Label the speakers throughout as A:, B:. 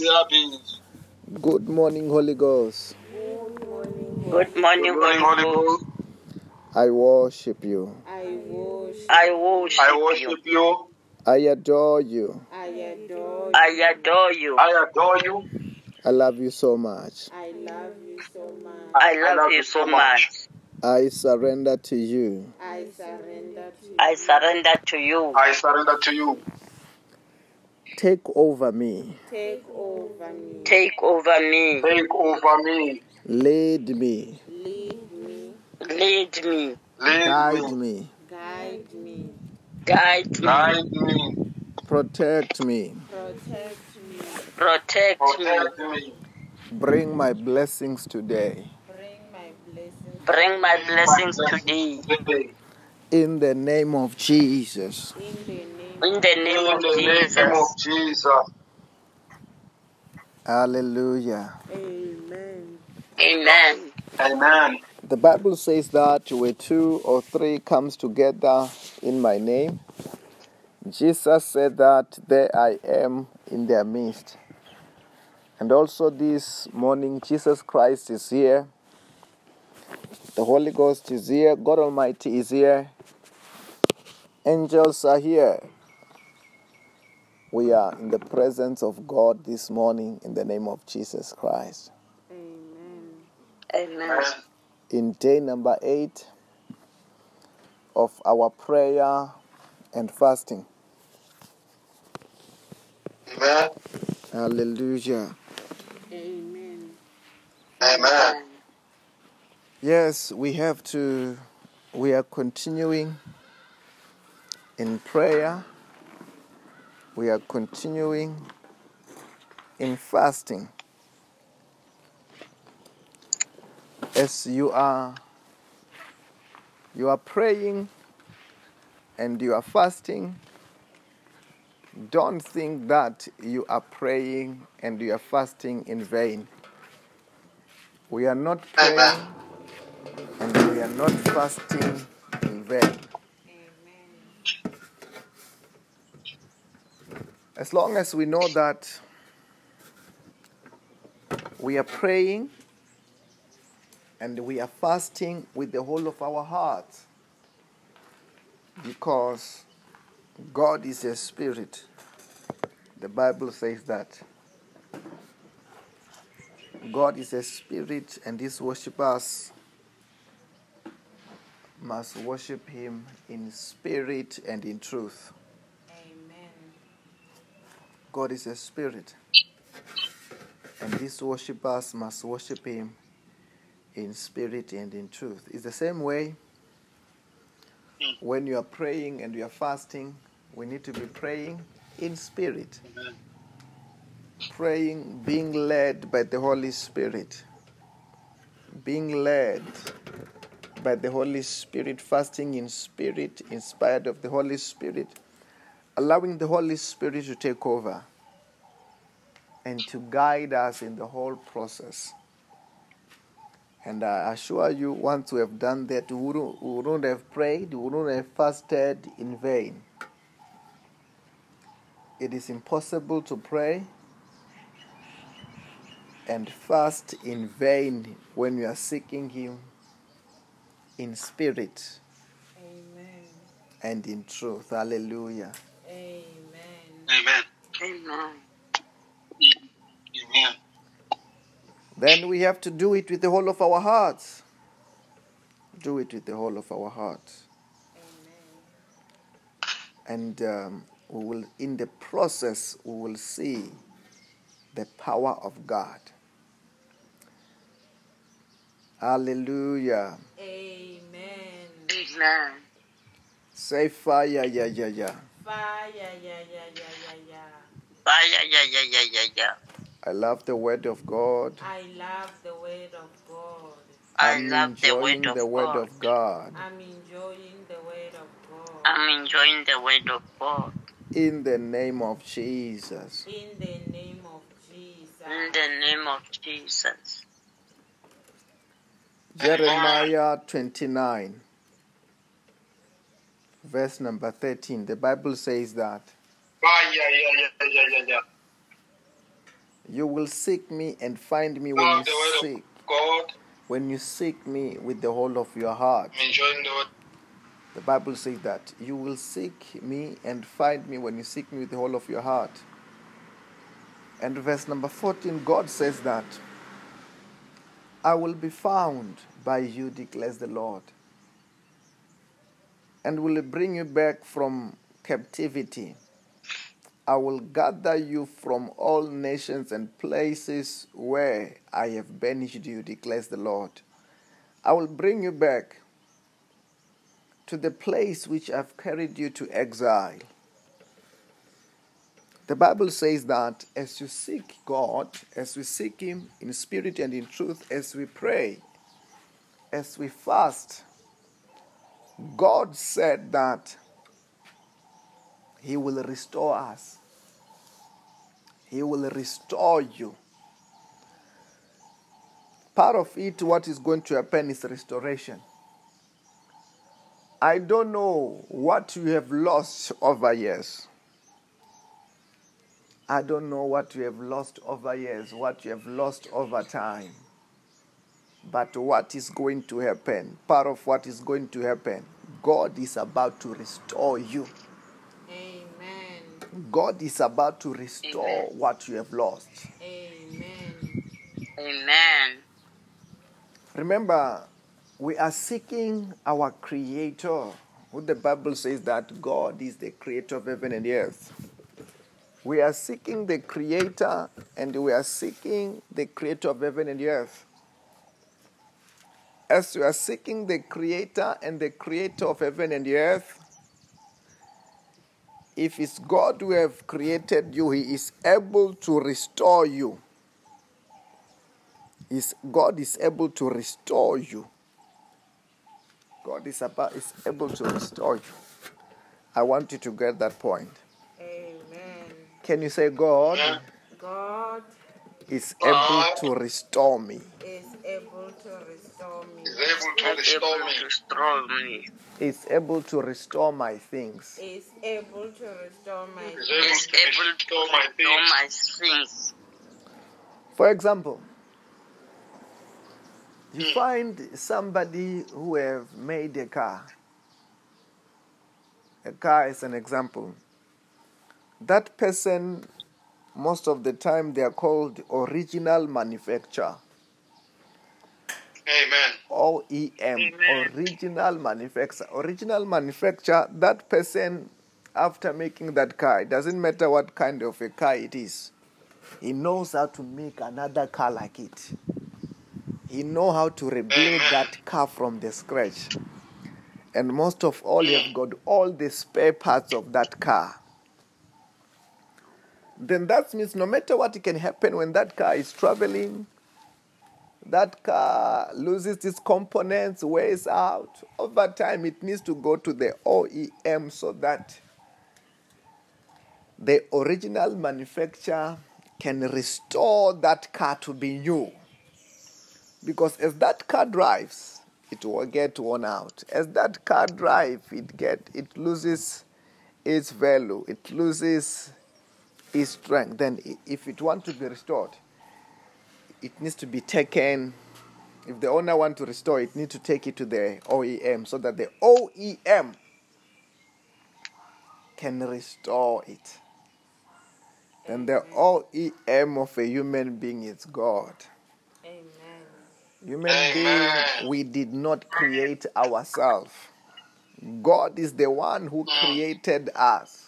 A: Yeah, be
B: Good morning, Holy Ghost.
C: Good morning,
A: Good morning, Holy Ghost.
B: I worship you.
D: I worship,
C: I worship,
A: I worship you.
B: I adore you.
D: I adore you.
C: I adore you. I,
A: I adore you.
B: I love you so much.
D: I love you so much.
A: I
C: love, you so much.
B: I surrender to you.
D: I surrender to you.
C: I surrender to you.
A: I surrender to you.
B: Take over me.
D: Take over me.
C: Take over me.
A: Take over me.
B: Lead me.
D: Lead me.
C: Lead me.
A: Lead me.
B: Guide me.
D: Guide me.
C: Guide me.
A: Guide me.
B: Protect me.
D: Protect me.
C: Protect me.
A: Protect me.
B: Bring my blessings today.
D: Bring my blessings
C: Bring my blessings
A: My
C: today.
A: today.
B: In the name of Jesus.
D: in the name
C: In the
A: In
C: name of
A: the name
C: Jesus.
A: of Jesus.
B: Hallelujah.
D: Amen.
C: Amen.
A: Amen.
B: The Bible says that where two or three comes together in my name, Jesus said that there I am in their midst. And also this morning, Jesus Christ is here. The Holy Ghost is here. God Almighty is here. Angels are here. We are in the presence of God this morning in the name of Jesus Christ.
D: Amen.
C: Amen.
B: In day number eight of our prayer and fasting.
A: Amen.
B: Hallelujah.
D: Amen.
A: Amen.
B: Yes, we have to, we are continuing in prayer. We are continuing in fasting. As you are you are praying and you are fasting, don't think that you are praying and you are fasting in vain. We are not praying and we are not fasting in vain. As long as we know that we are praying and we are fasting with the whole of our heart because God is a spirit. The Bible says that God is a spirit and his worshippers must worship him in spirit and in truth. God is a spirit, and these worshippers must worship Him in spirit and in truth. It's the same way when you are praying and you are fasting, we need to be praying in spirit, praying, being led by the Holy Spirit, being led by the Holy Spirit, fasting in spirit, inspired of the Holy Spirit, allowing the Holy Spirit to take over. and to guide us in the whole process. And I assure you, once we have done that, we wouldn't, we wouldn't have prayed, we wouldn't have fasted in vain. It is impossible to pray and fast in vain when we are seeking Him in spirit
D: Amen.
B: and in truth. Hallelujah.
D: Amen.
A: Amen.
C: Amen.
A: Amen.
B: Then we have to do it with the whole of our hearts. Do it with the whole of our hearts. And um, we will, in the process, we will see the power of God. Hallelujah.
D: Amen.
C: Amen.
B: Say fire, yeah, yeah, yeah.
D: Fire, yeah, yeah, yeah, yeah, yeah.
C: Ah, yeah, yeah, yeah, yeah, yeah, yeah.
B: I love the word of God.
D: I love the word of God.
C: I
B: am
C: love the
B: enjoying
C: word of
B: the word
C: God.
B: of God.
D: I'm enjoying the word of God.
C: I'm enjoying the word of God.
B: In the name of Jesus.
D: In the name of
C: In
D: Jesus.
C: the name of Jesus.
B: Jeremiah 29, verse number 13. The Bible says that
A: Ah, Fire, yeah, yeah, yeah, yeah, yeah, yeah.
B: You will seek me and find me when
A: Love the
B: you
A: word
B: seek
A: of God.
B: when you seek me with the whole of your heart.
A: I'm enjoying the word.
B: The Bible says that you will seek me and find me when you seek me with the whole of your heart. And verse number 14, God says that I will be found by you, declares the Lord, and will bring you back from captivity. I will gather you from all nations and places where I have banished you, declares the Lord. I will bring you back to the place which I've carried you to exile. The Bible says that as you seek God, as we seek Him in spirit and in truth, as we pray, as we fast, God said that He will restore us, He will restore you. Part of it, what is going to happen is restoration. I don't know what you have lost over years. I don't know what you have lost over years, what you have lost over time. But what is going to happen, part of what is going to happen, God is about to restore you.
D: Amen.
B: God is about to restore
C: Amen.
B: what you have lost.
D: Amen.
C: Amen.
B: Remember, we are seeking our Creator. What the Bible says that God is the Creator of heaven and earth. We are seeking the Creator and we are seeking the Creator of heaven and earth. As we are seeking the Creator and the Creator of heaven and the earth, if it's God who have created you, He is able to restore you is God is able to restore you. God is about is able to restore you. I want you to get that point.
D: Amen.
B: Can you say God
A: Amen.
D: God
B: is able
A: God.
B: to restore me?
D: is able to restore me.
A: He's able to
C: Not
A: restore
C: able
A: me.
C: to restore me.
B: Is able to restore my things.
D: Is able to restore my
A: He's
C: Is
A: able to
C: able to
A: restore my
C: restore
A: things.
C: my things.
B: For example, you find somebody who have made a car. A car is an example. That person most of the time they are called original manufacturer.
A: Amen.
B: OEM, E original manufacturer. Original manufacturer, that person, after making that car, it doesn't matter what kind of a car it is, he knows how to make another car like it. He know how to rebuild that car from the scratch. And most of all, he have got all the spare parts of that car. Then that means no matter what can happen when that car is traveling, that car loses its components, wears out. Over time, it needs to go to the OEM so that the original manufacturer can restore that car to be new. Because as that car drives, it will get worn out. As that car drives, it get it loses its value, it loses its strength. Then, i- if it want to be restored, it needs to be taken if the owner want to restore it need to take it to the oem so that the oem can restore it and the oem of a human being is god
D: Amen.
B: human
A: Amen.
B: being we did not create ourselves god is the one who
A: Mm.
B: created us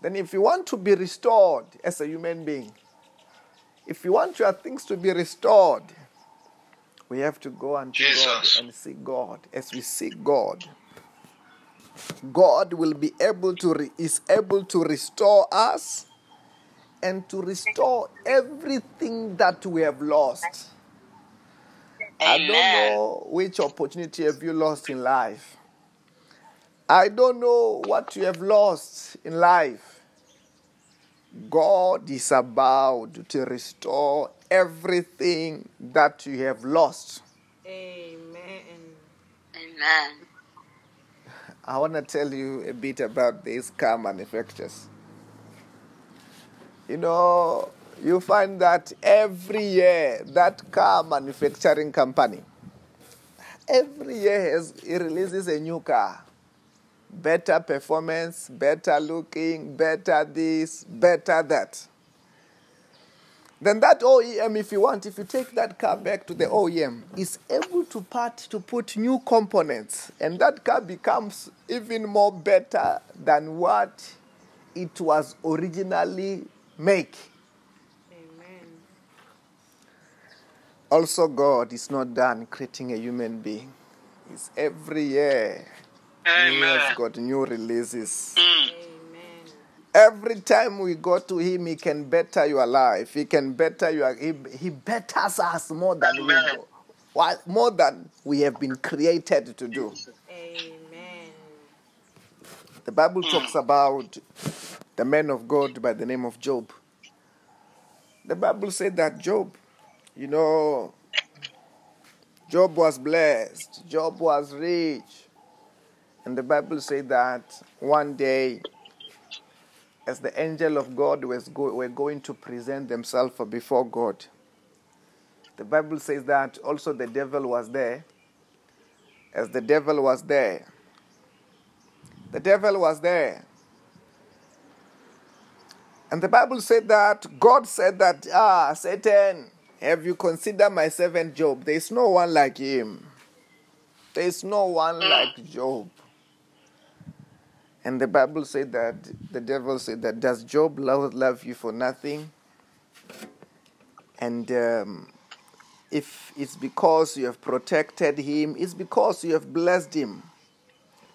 B: then if you want to be restored as a human being if you want your things to be restored we have to go unto
A: Jesus.
B: God and seek God. As we seek God, God will be able to re- is able to restore us and to restore everything that we have lost. I don't
C: Amen.
B: know which opportunity have you lost in life. I don't know what you have lost in life. God is about to restore everything that you have lost.
D: Amen.
C: Amen.
B: I want to tell you a bit about these car manufacturers. You know, You find that every year, that car manufacturing company, every year has, it releases a new car. Better performance, better looking, better this, better that. Then that OEM, if you want, if you take that car back to the OEM, is able to part to put new components, and that car becomes even more better than what it was originally make.
D: Amen.
B: Also, God is not done creating a human being. It's every year He has
A: Amen.
B: got new releases.
D: Amen.
B: Every time we go to Him, He can better your life. He can better your. He, he betters us more than we
A: Amen.
B: go. What more than we have been created to do.
D: Amen.
B: The Bible talks about the man of God by the name of Job. The Bible said that Job, you know, Job was blessed, Job was rich. And the Bible said that one day, as the angel of God was go- were going to present themselves before God, the Bible says that also the devil was there. As the devil was there, the devil was there. And the Bible said that God said that, ah, Satan, have you considered my servant Job? There is no one like him. There is no one like Job. And the Bible said that, the devil said that, does Job love, love you for nothing? And um, if it's because you have protected him, it's because you have blessed him.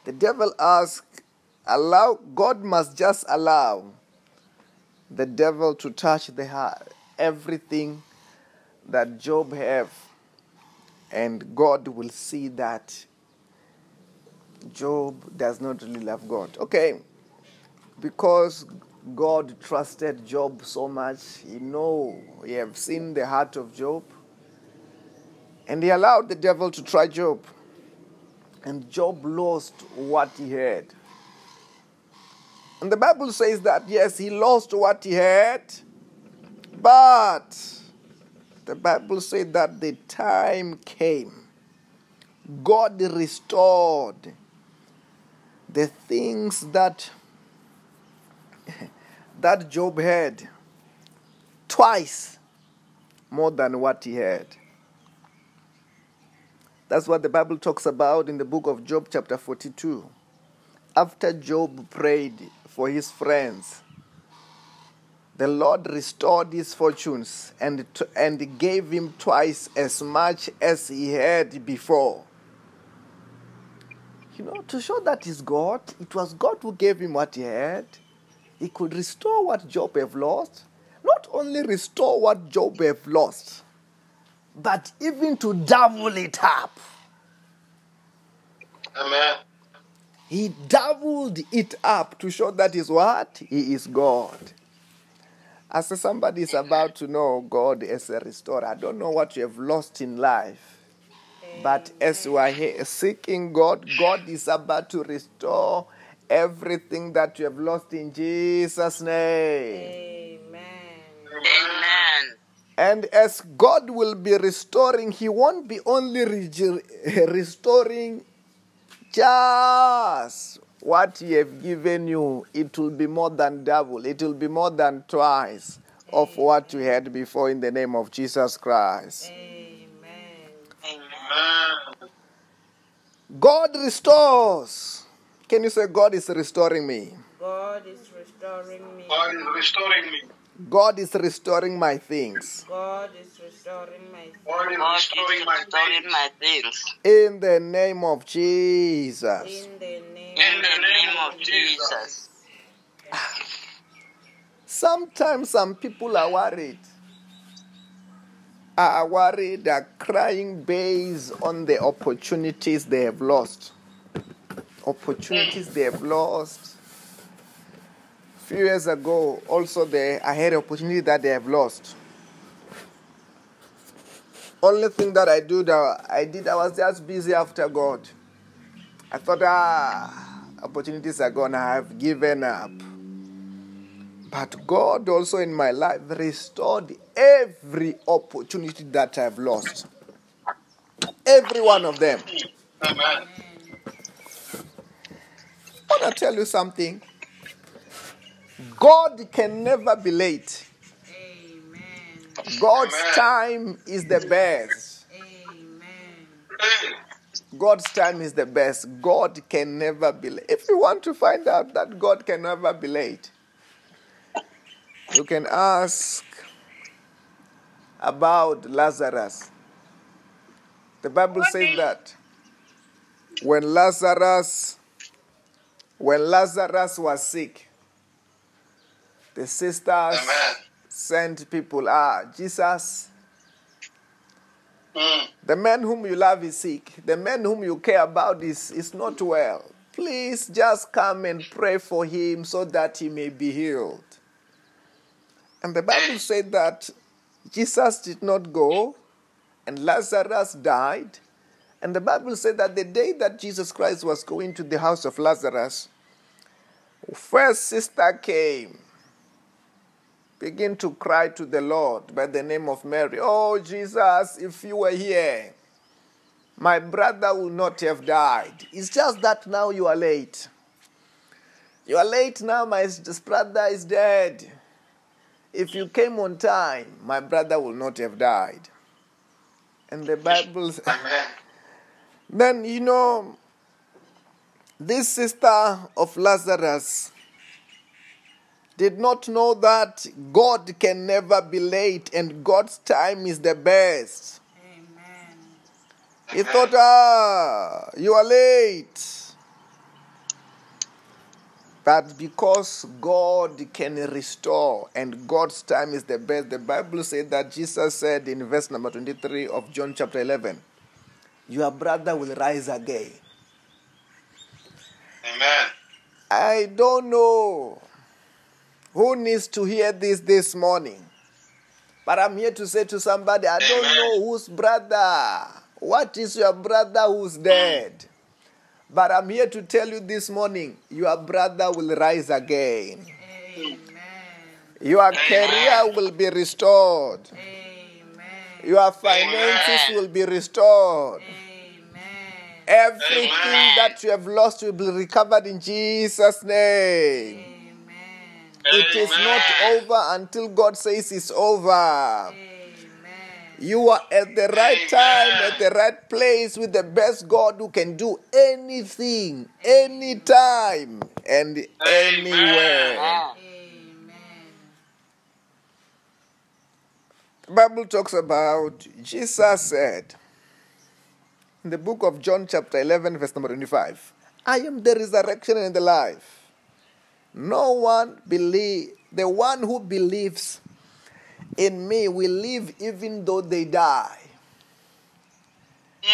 B: The devil asked, allow, God must just allow the devil to touch the heart, everything that Job have. And God will see that Job does not really love God. Okay, because God trusted Job so much, he know, he have seen the heart of Job. And he allowed the devil to try Job. And Job lost what he had. And the Bible says that, yes, he lost what he had, but the Bible said that the time came. God restored the things that, that Job had twice more than what he had. That's what the Bible talks about in the book of Job, chapter 42 after Job prayed for his friends, the Lord restored his fortunes and, t- and gave him twice as much as he had before. You know, to show that is God, it was God who gave him what he had. He could restore what Job have lost. Not only restore what Job have lost, but even to double it up.
A: Amen.
B: He doubled it up to show that is what? He is God. As somebody is about to know God as a restorer, I don't know what you have lost in life, but as you are here seeking God, God is about to restore everything that you have lost in Jesus' name.
D: Amen.
C: Amen.
B: And as God will be restoring, He won't be only re- restoring just what He have given you. It will be more than double. It will be more than twice of what you had before. In the name of Jesus Christ,
D: Amen.
C: Amen.
A: Amen.
B: God restores. Can you say God is restoring me?
D: God is restoring me.
A: God is restoring me.
B: God is restoring my things.
D: God is restoring my
A: God is
C: God is
A: restoring my
C: restoring
A: faith.
C: my things.
B: In the name of Jesus.
D: in the
A: In
D: name
C: In the name of Oh, Jesus.
B: Sometimes some people are worried. Are worried, are crying based on the opportunities they have lost. Opportunities they have lost. Few years ago, also they I had opportunity that they have lost. Only thing that I do that I did, I was just busy after God. I thought, ah, opportunities are gone. I have given up. But God also in my life restored every opportunity that I've lost. Every one of them.
A: Amen.
B: I want to tell you something. God can never be late.
D: Amen.
B: God's
A: Amen.
B: time is the best.
D: Amen.
B: God's time is the best. God can never be late. If you want to find out that God can never be late, you can ask about Lazarus. The Bible says that when Lazarus when Lazarus was sick, the sisters
A: Amen.
B: sent people, ah, Jesus,
A: Mm.
B: The man whom you love is sick. The man whom you care about is, is not well. Please just come and pray for him so that he may be healed. And the Bible said that Jesus did not go, and Lazarus died. And the Bible said that the day that Jesus Christ was going to the house of Lazarus, first sister came begin to cry to the Lord by the name of Mary. Oh, Jesus, if you were here, my brother would not have died. It's just that now you are late. You are late now, my s- this brother is dead. If you came on time, my brother would not have died. And the Bible,
A: Amen.
B: then you know, this sister of Lazarus did not know that God can never be late and God's time is the best.
D: Amen.
B: He thought, ah, you are late. But because God can restore and God's time is the best, the Bible said that Jesus said in verse number 23 of John chapter 11, Your brother will rise again.
A: Amen.
B: I don't know who needs to hear this this morning, but I'm here to say to somebody, I don't know whose brother, what is your brother who's dead? But I'm here to tell you this morning, your brother will rise again.
D: Amen.
B: Your career will be restored.
D: Amen.
B: Your finances will be restored.
D: Amen.
B: Everything that you have lost will be recovered in Jesus' name.
D: Amen.
B: It is not over until God says it's over.
D: Amen.
B: You are at the right time, at the right place with the best God who can do anything, anytime, and anywhere.
C: Amen.
D: Amen.
B: The Bible talks about Jesus said in the book of John, chapter 11, verse number 25, I am the resurrection and the life. No one believe the one who believes in me will live even though they die.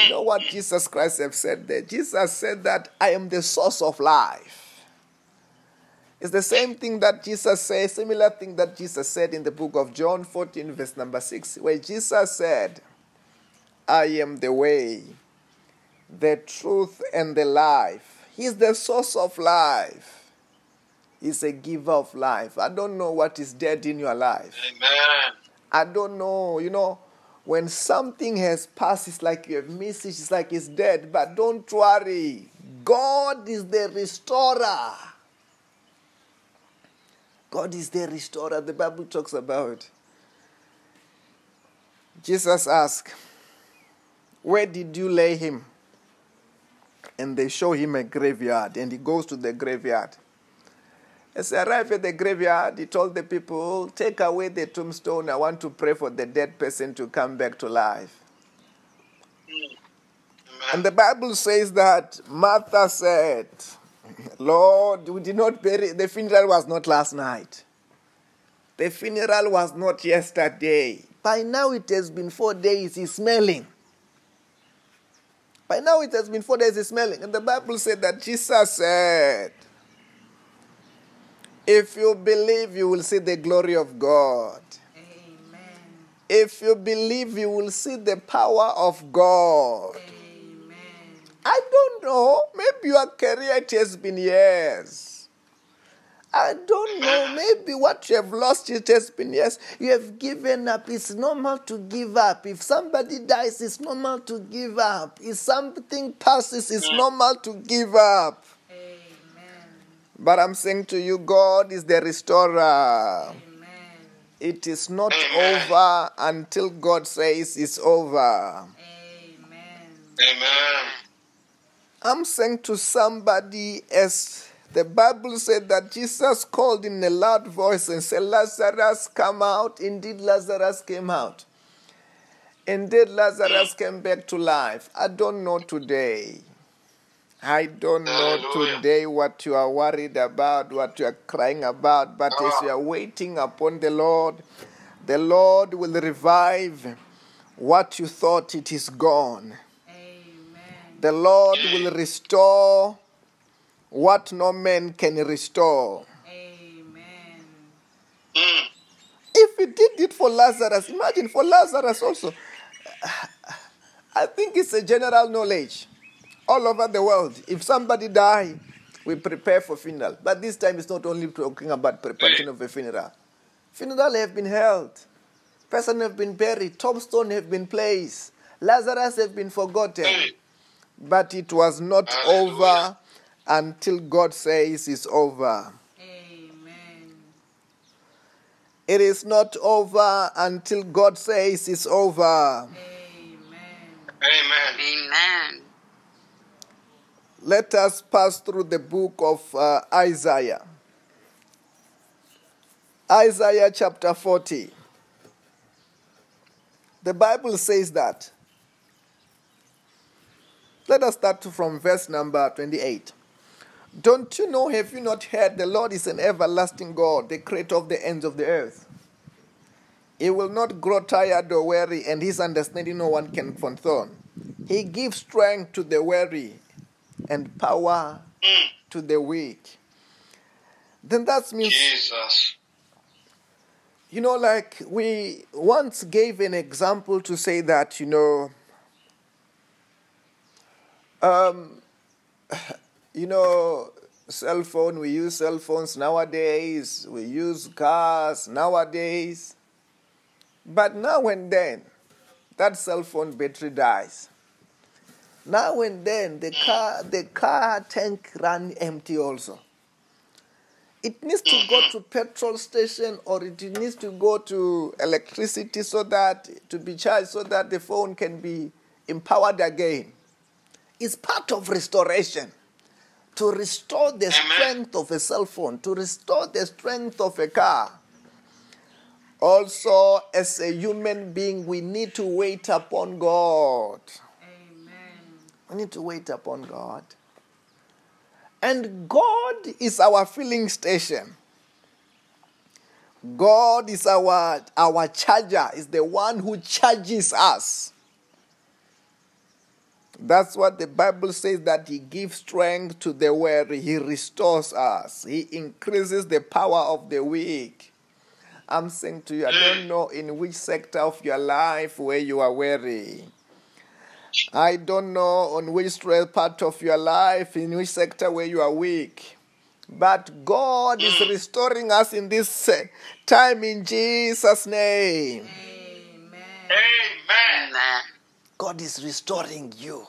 B: You know what Jesus Christ have said there? Jesus said that I am the source of life. It's the same thing that Jesus says, similar thing that Jesus said in the book of John 14, verse number 6, where Jesus said, I am the way, the truth, and the life. He's the source of life. He's a giver of life. I don't know what is dead in your life.
A: Amen.
B: I don't know. You know, when something has passed, it's like you have missed it. It's like it's dead. But don't worry. God is the restorer. God is the restorer. The Bible talks about. Jesus asked, Where did you lay him? And they show him a graveyard, and he goes to the graveyard. As he arrived at the graveyard, he told the people, Take away the tombstone. I want to pray for the dead person to come back to life. And the Bible says that Martha said, Lord, we did not bury, the funeral was not last night. The funeral was not yesterday. By now it has been four days, he's smelling. By now it has been four days, he's smelling. And the Bible said that Jesus said, If you believe, you will see the glory of God.
D: Amen.
B: If you believe, you will see the power of God.
D: Amen.
B: I don't know. Maybe your career it has been years. I don't know. Maybe what you have lost it has been yes. You have given up. It's normal to give up. If somebody dies, it's normal to give up. If something passes, it's normal to give up.
D: Amen.
B: But I'm saying to you, God is the restorer.
D: Amen.
B: It is not over until God says it's over.
D: Amen.
A: Amen.
B: I'm saying to somebody, as the Bible said, that Jesus called in a loud voice and said, Lazarus, come out. Indeed, Lazarus came out. Indeed, Lazarus came back to life. I don't know today. I don't know
A: Hallelujah.
B: today what you are worried about, what you are crying about, but as you are waiting upon the Lord, the Lord will revive what you thought it is gone.
D: Amen.
B: The Lord will restore what no man can restore.
D: Amen.
A: Mm.
B: If he did it for Lazarus, imagine for Lazarus also. I think it's a general knowledge all over the world. If somebody die, we prepare for funeral. But this time it's not only talking about preparation of a funeral. Funeral have been held. Person have been buried. Tombstone have been placed. Lazarus have been forgotten. But it was not
A: Hallelujah.
B: over until God says it's over.
D: Amen.
B: It is not over until God says it's over.
D: Amen.
A: Amen.
C: Amen.
B: Let us pass through the book of uh, Isaiah. Isaiah chapter 40. The Bible says that. Let us start from verse number 28. Don't you know, have you not heard, the Lord is an everlasting God, the creator of the ends of the earth? He will not grow tired or weary, and his understanding no one can fathom. He gives strength to the weary and power
A: Hmm.
B: to the weak. Then that means
A: Jesus.
B: you know, like we once gave an example to say that, you know, um, um, you know, cell phone, we use cell phones nowadays, we use cars nowadays. But now and then, that cell phone battery dies. Now and then, the car, the car tank run empty also it needs to go to petrol station or it needs to go to electricity so that to be charged so that the phone can be empowered again it's part of restoration to restore the strength of a cell phone to restore the strength of a car also as a human being we need to wait upon god
D: Amen.
B: we need to wait upon god and god is our filling station God is our our charger, is the one who charges us. That's what the Bible says that he gives strength to the weary, he restores us, he increases the power of the weak. I'm saying to you, I don't know in which sector of your life where you are weary. I don't know on which part of your life, in which sector where you are weak. But God is restoring us in this uh, time in Jesus' name.
D: Amen.
A: Amen.
C: Amen.
B: God is restoring you.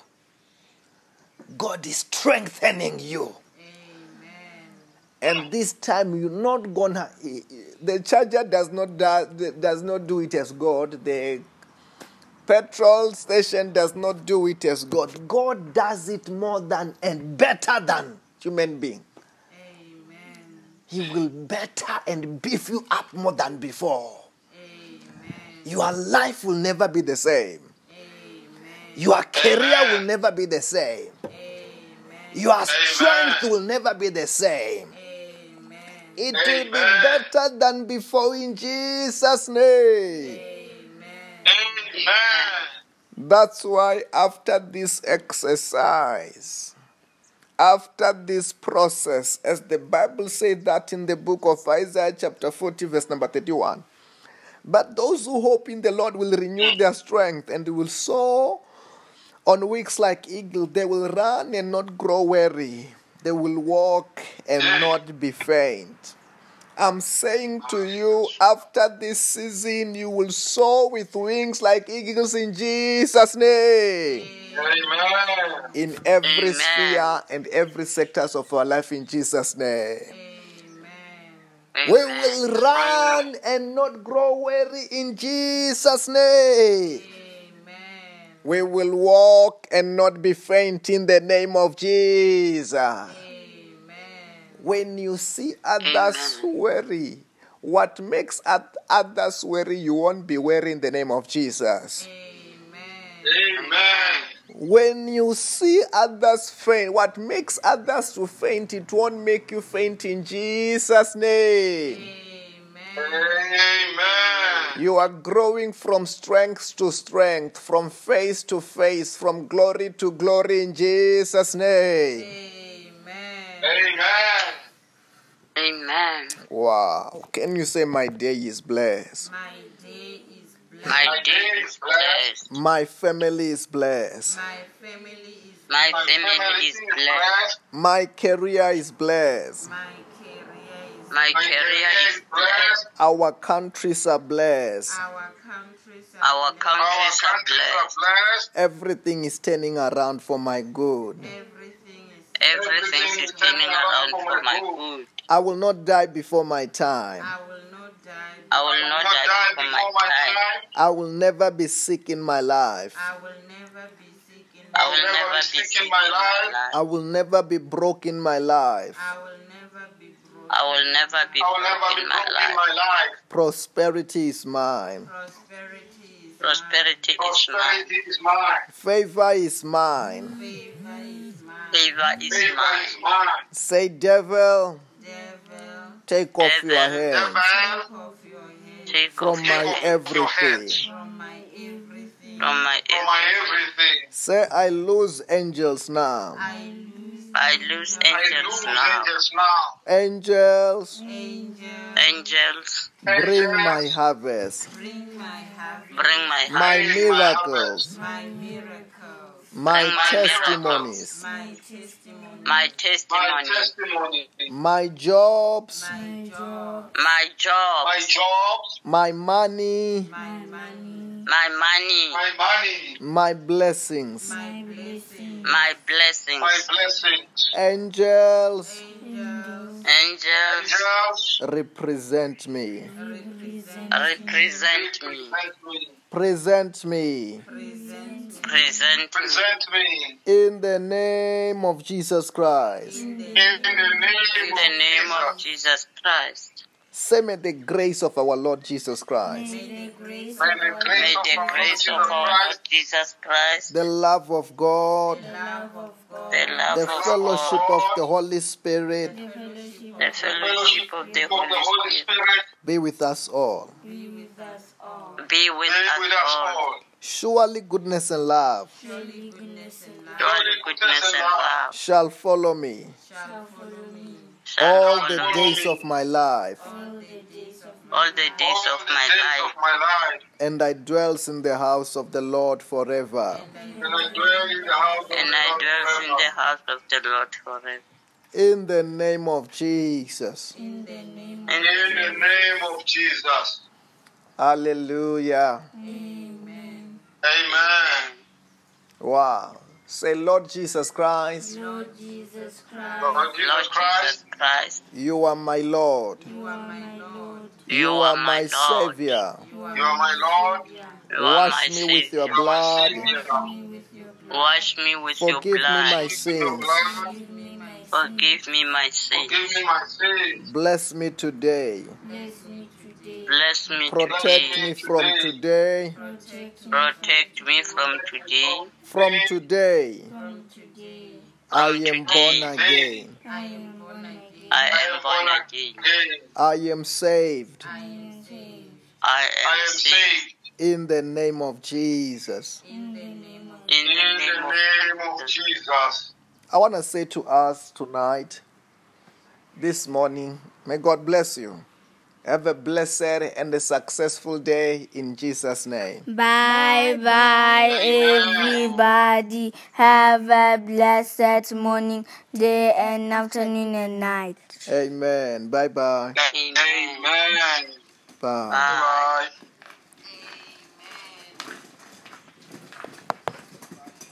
B: God is strengthening you.
D: Amen.
B: And this time you're not gonna. The charger does not do, does not do it as God. The petrol station does not do it as God. God does it more than and better than human being.
D: Amen.
B: He will better and beef you up more than before.
D: Amen.
B: Your life will never be the same.
D: Amen.
B: Your career will never be the same.
D: Amen.
B: Your strength will never be the same.
D: Amen.
B: It will be
A: Amen.
B: better than before in Jesus' name.
D: Amen.
A: Amen.
B: That's why, after this exercise, after this process, as the Bible said that in the book of Isaiah, chapter 40, verse number 31. But those who hope in the Lord will renew their strength and will soar on wings like eagle. They will run and not grow weary. They will walk and not be faint. I'm saying to you, after this season, you will soar with wings like eagles in Jesus' name.
A: Amen.
B: In every
C: Amen.
B: sphere and every sectors of our life in Jesus' name. We
C: Amen.
B: will run and not grow weary in Jesus' name. We will walk and not be faint in the name of Jesus. When you see others weary, what makes oth- others weary, you won't be weary in the name of Jesus.
A: Amen.
B: When you see others faint, what makes others to faint, it won't make you faint in Jesus' name.
A: Amen.
B: You are growing from strength to strength, from face to face, from glory to glory in Jesus' name.
A: Amen.
C: Amen.
B: Wow. Can you say, My day is blessed?
D: My day is blessed.
C: My day is blessed.
B: My family is blessed.
D: My family is
C: My
A: My
C: family is blessed.
A: blessed.
B: My career is blessed.
D: My career is
C: My
A: My
C: career is blessed.
B: Our countries are blessed.
D: Our countries are
A: Our
C: Our
D: blessed.
C: countries are
A: country is
C: blessed.
A: blessed.
B: Everything is turning around for my good.
D: Everything is
C: Everything is turning around for my good.
B: I will not die before my time.
D: I will not die.
C: I will not die before my time.
B: I will never be sick in my life.
D: I will never be sick in
C: I
D: my
C: will never be sick in my life.
B: I will never be broke in my life.
D: I will never be broken.
C: I will never be
A: I will never
C: broke
A: be
C: in my
A: broke in
C: life.
A: my life.
B: Prosperity is mine.
D: Prosperity is
C: Prosperity is mine.
A: Prosperity is mine.
B: Favor is mine.
D: mine. Favor is mine.
C: Favor is
A: Favor is
C: mine.
A: mine.
B: Say, devil,
D: Devil,
B: take off your
C: Devil,
B: hands
A: Devil,
D: take off your hand
C: Take off
B: from
C: your
B: my
C: hand
B: everything.
D: from my
C: from
D: everything.
C: my
A: for my
C: everything.
A: everything.
B: Say, I lose angels now.
D: I lose
C: I lose
A: I
C: angels
A: lose
C: now.
A: angels now.
B: Angels,
D: angels.
C: Angels,
B: bring my harvest,
D: Bring my harvest,
C: bring my
A: My
B: my
C: heart,
B: miracles,
D: my miracles,
B: my
C: Bring my
B: testimonies,
D: my testimony,
C: my
A: My
C: testimony,
A: testimony.
B: my jobs,
D: my job,
C: my job,
A: My jobs.
B: my money,
D: my money,
C: my money,
A: My money.
B: my blessings.
D: my blessing.
C: my
A: My
C: blessings.
A: blessings.
B: Angels,
D: Angels
C: Angels,
A: Angels.
B: represent me.
D: represent,
C: represent me,
A: Present me.
B: Present me
D: present
C: present me
A: Present
C: Mm.
A: me.
B: in the name of Jesus Christ.
D: in
A: In
D: the
A: the
C: in the name
A: name of
C: of Jesus Christ.
B: Say, may the grace of our Lord Jesus Christ,
D: May the grace
A: By
D: of
A: the
D: God,
A: grace
C: May
A: of
C: the
A: our Lord
C: grace
A: Jesus
C: of our Lord
A: Christ,
C: Jesus Christ,
B: the love of God,
D: the love of God,
C: the love
B: the
C: of
B: fellowship
C: God,
B: of the Holy Spirit
D: the fellowship
C: the
D: of
A: the
C: fellowship
A: fellowship
C: of the
A: of the Holy
C: Holy Spirit,
A: Spirit,
B: be with us all.
D: be with us all.
C: be with
A: be with
C: us
A: us
C: all.
A: all.
B: Surely goodness and love
D: Surely goodness and love
C: Surely goodness and love
B: shall follow me
D: shall follow me
C: shall
B: all the
C: follow me
B: days of my life,
D: all the days of my
C: all the days
A: All
C: of
A: the
C: my
A: days
C: life,
A: of my life,
B: and I dwells in the house of the Lord forever.
A: and I dwell in the house of the
C: and
A: Lord
C: I dwell in
A: forever.
C: the house of the Lord forever.
B: In the name of Jesus.
D: in the name
C: In
A: In the name of Jesus.
B: Hallelujah.
D: of Amen.
A: Amen.
B: Wow. Say, Lord Jesus Christ,
D: Lord Jesus Christ,
A: Lord
C: Lord
A: Jesus
C: Jesus
A: Christ,
C: Christ,
B: you are my Lord.
D: you are my Lord,
B: You are my
C: Lord.
B: Savior.
D: you are
A: you are my Lord.
C: You are my
B: Wash me with your
C: Savior.
A: Savior.
B: blood.
D: me with your blood,
C: Wash me with
B: Forgive
C: your
B: me my
C: blood.
A: Your
B: sins.
A: blood,
D: give me my
C: Forgive me my sins.
A: forgive me my sins.
B: Bless me today.
D: bless me today,
C: Bless me
B: Protect
C: today.
B: me from today.
D: protect me
C: Protect me from today.
B: From today,
D: from today.
B: I am born again.
D: I am born again,
C: I
A: I
C: am born again.
A: again.
B: I am saved
D: I am saved.
C: I
A: I
C: am
A: am
C: saved.
A: saved.
B: in the name of Jesus.
D: In the name of
A: In
C: In the name of
A: the name of Jesus.
B: I want to say to us tonight, this morning, may God bless you. Have a blessed and a successful day in Jesus' name.
E: Bye bye, everybody. Have a blessed morning, day, and afternoon and night.
B: Amen. Bye-bye.
C: Amen.
A: Amen.
B: Bye.
C: Bye.
A: Bye.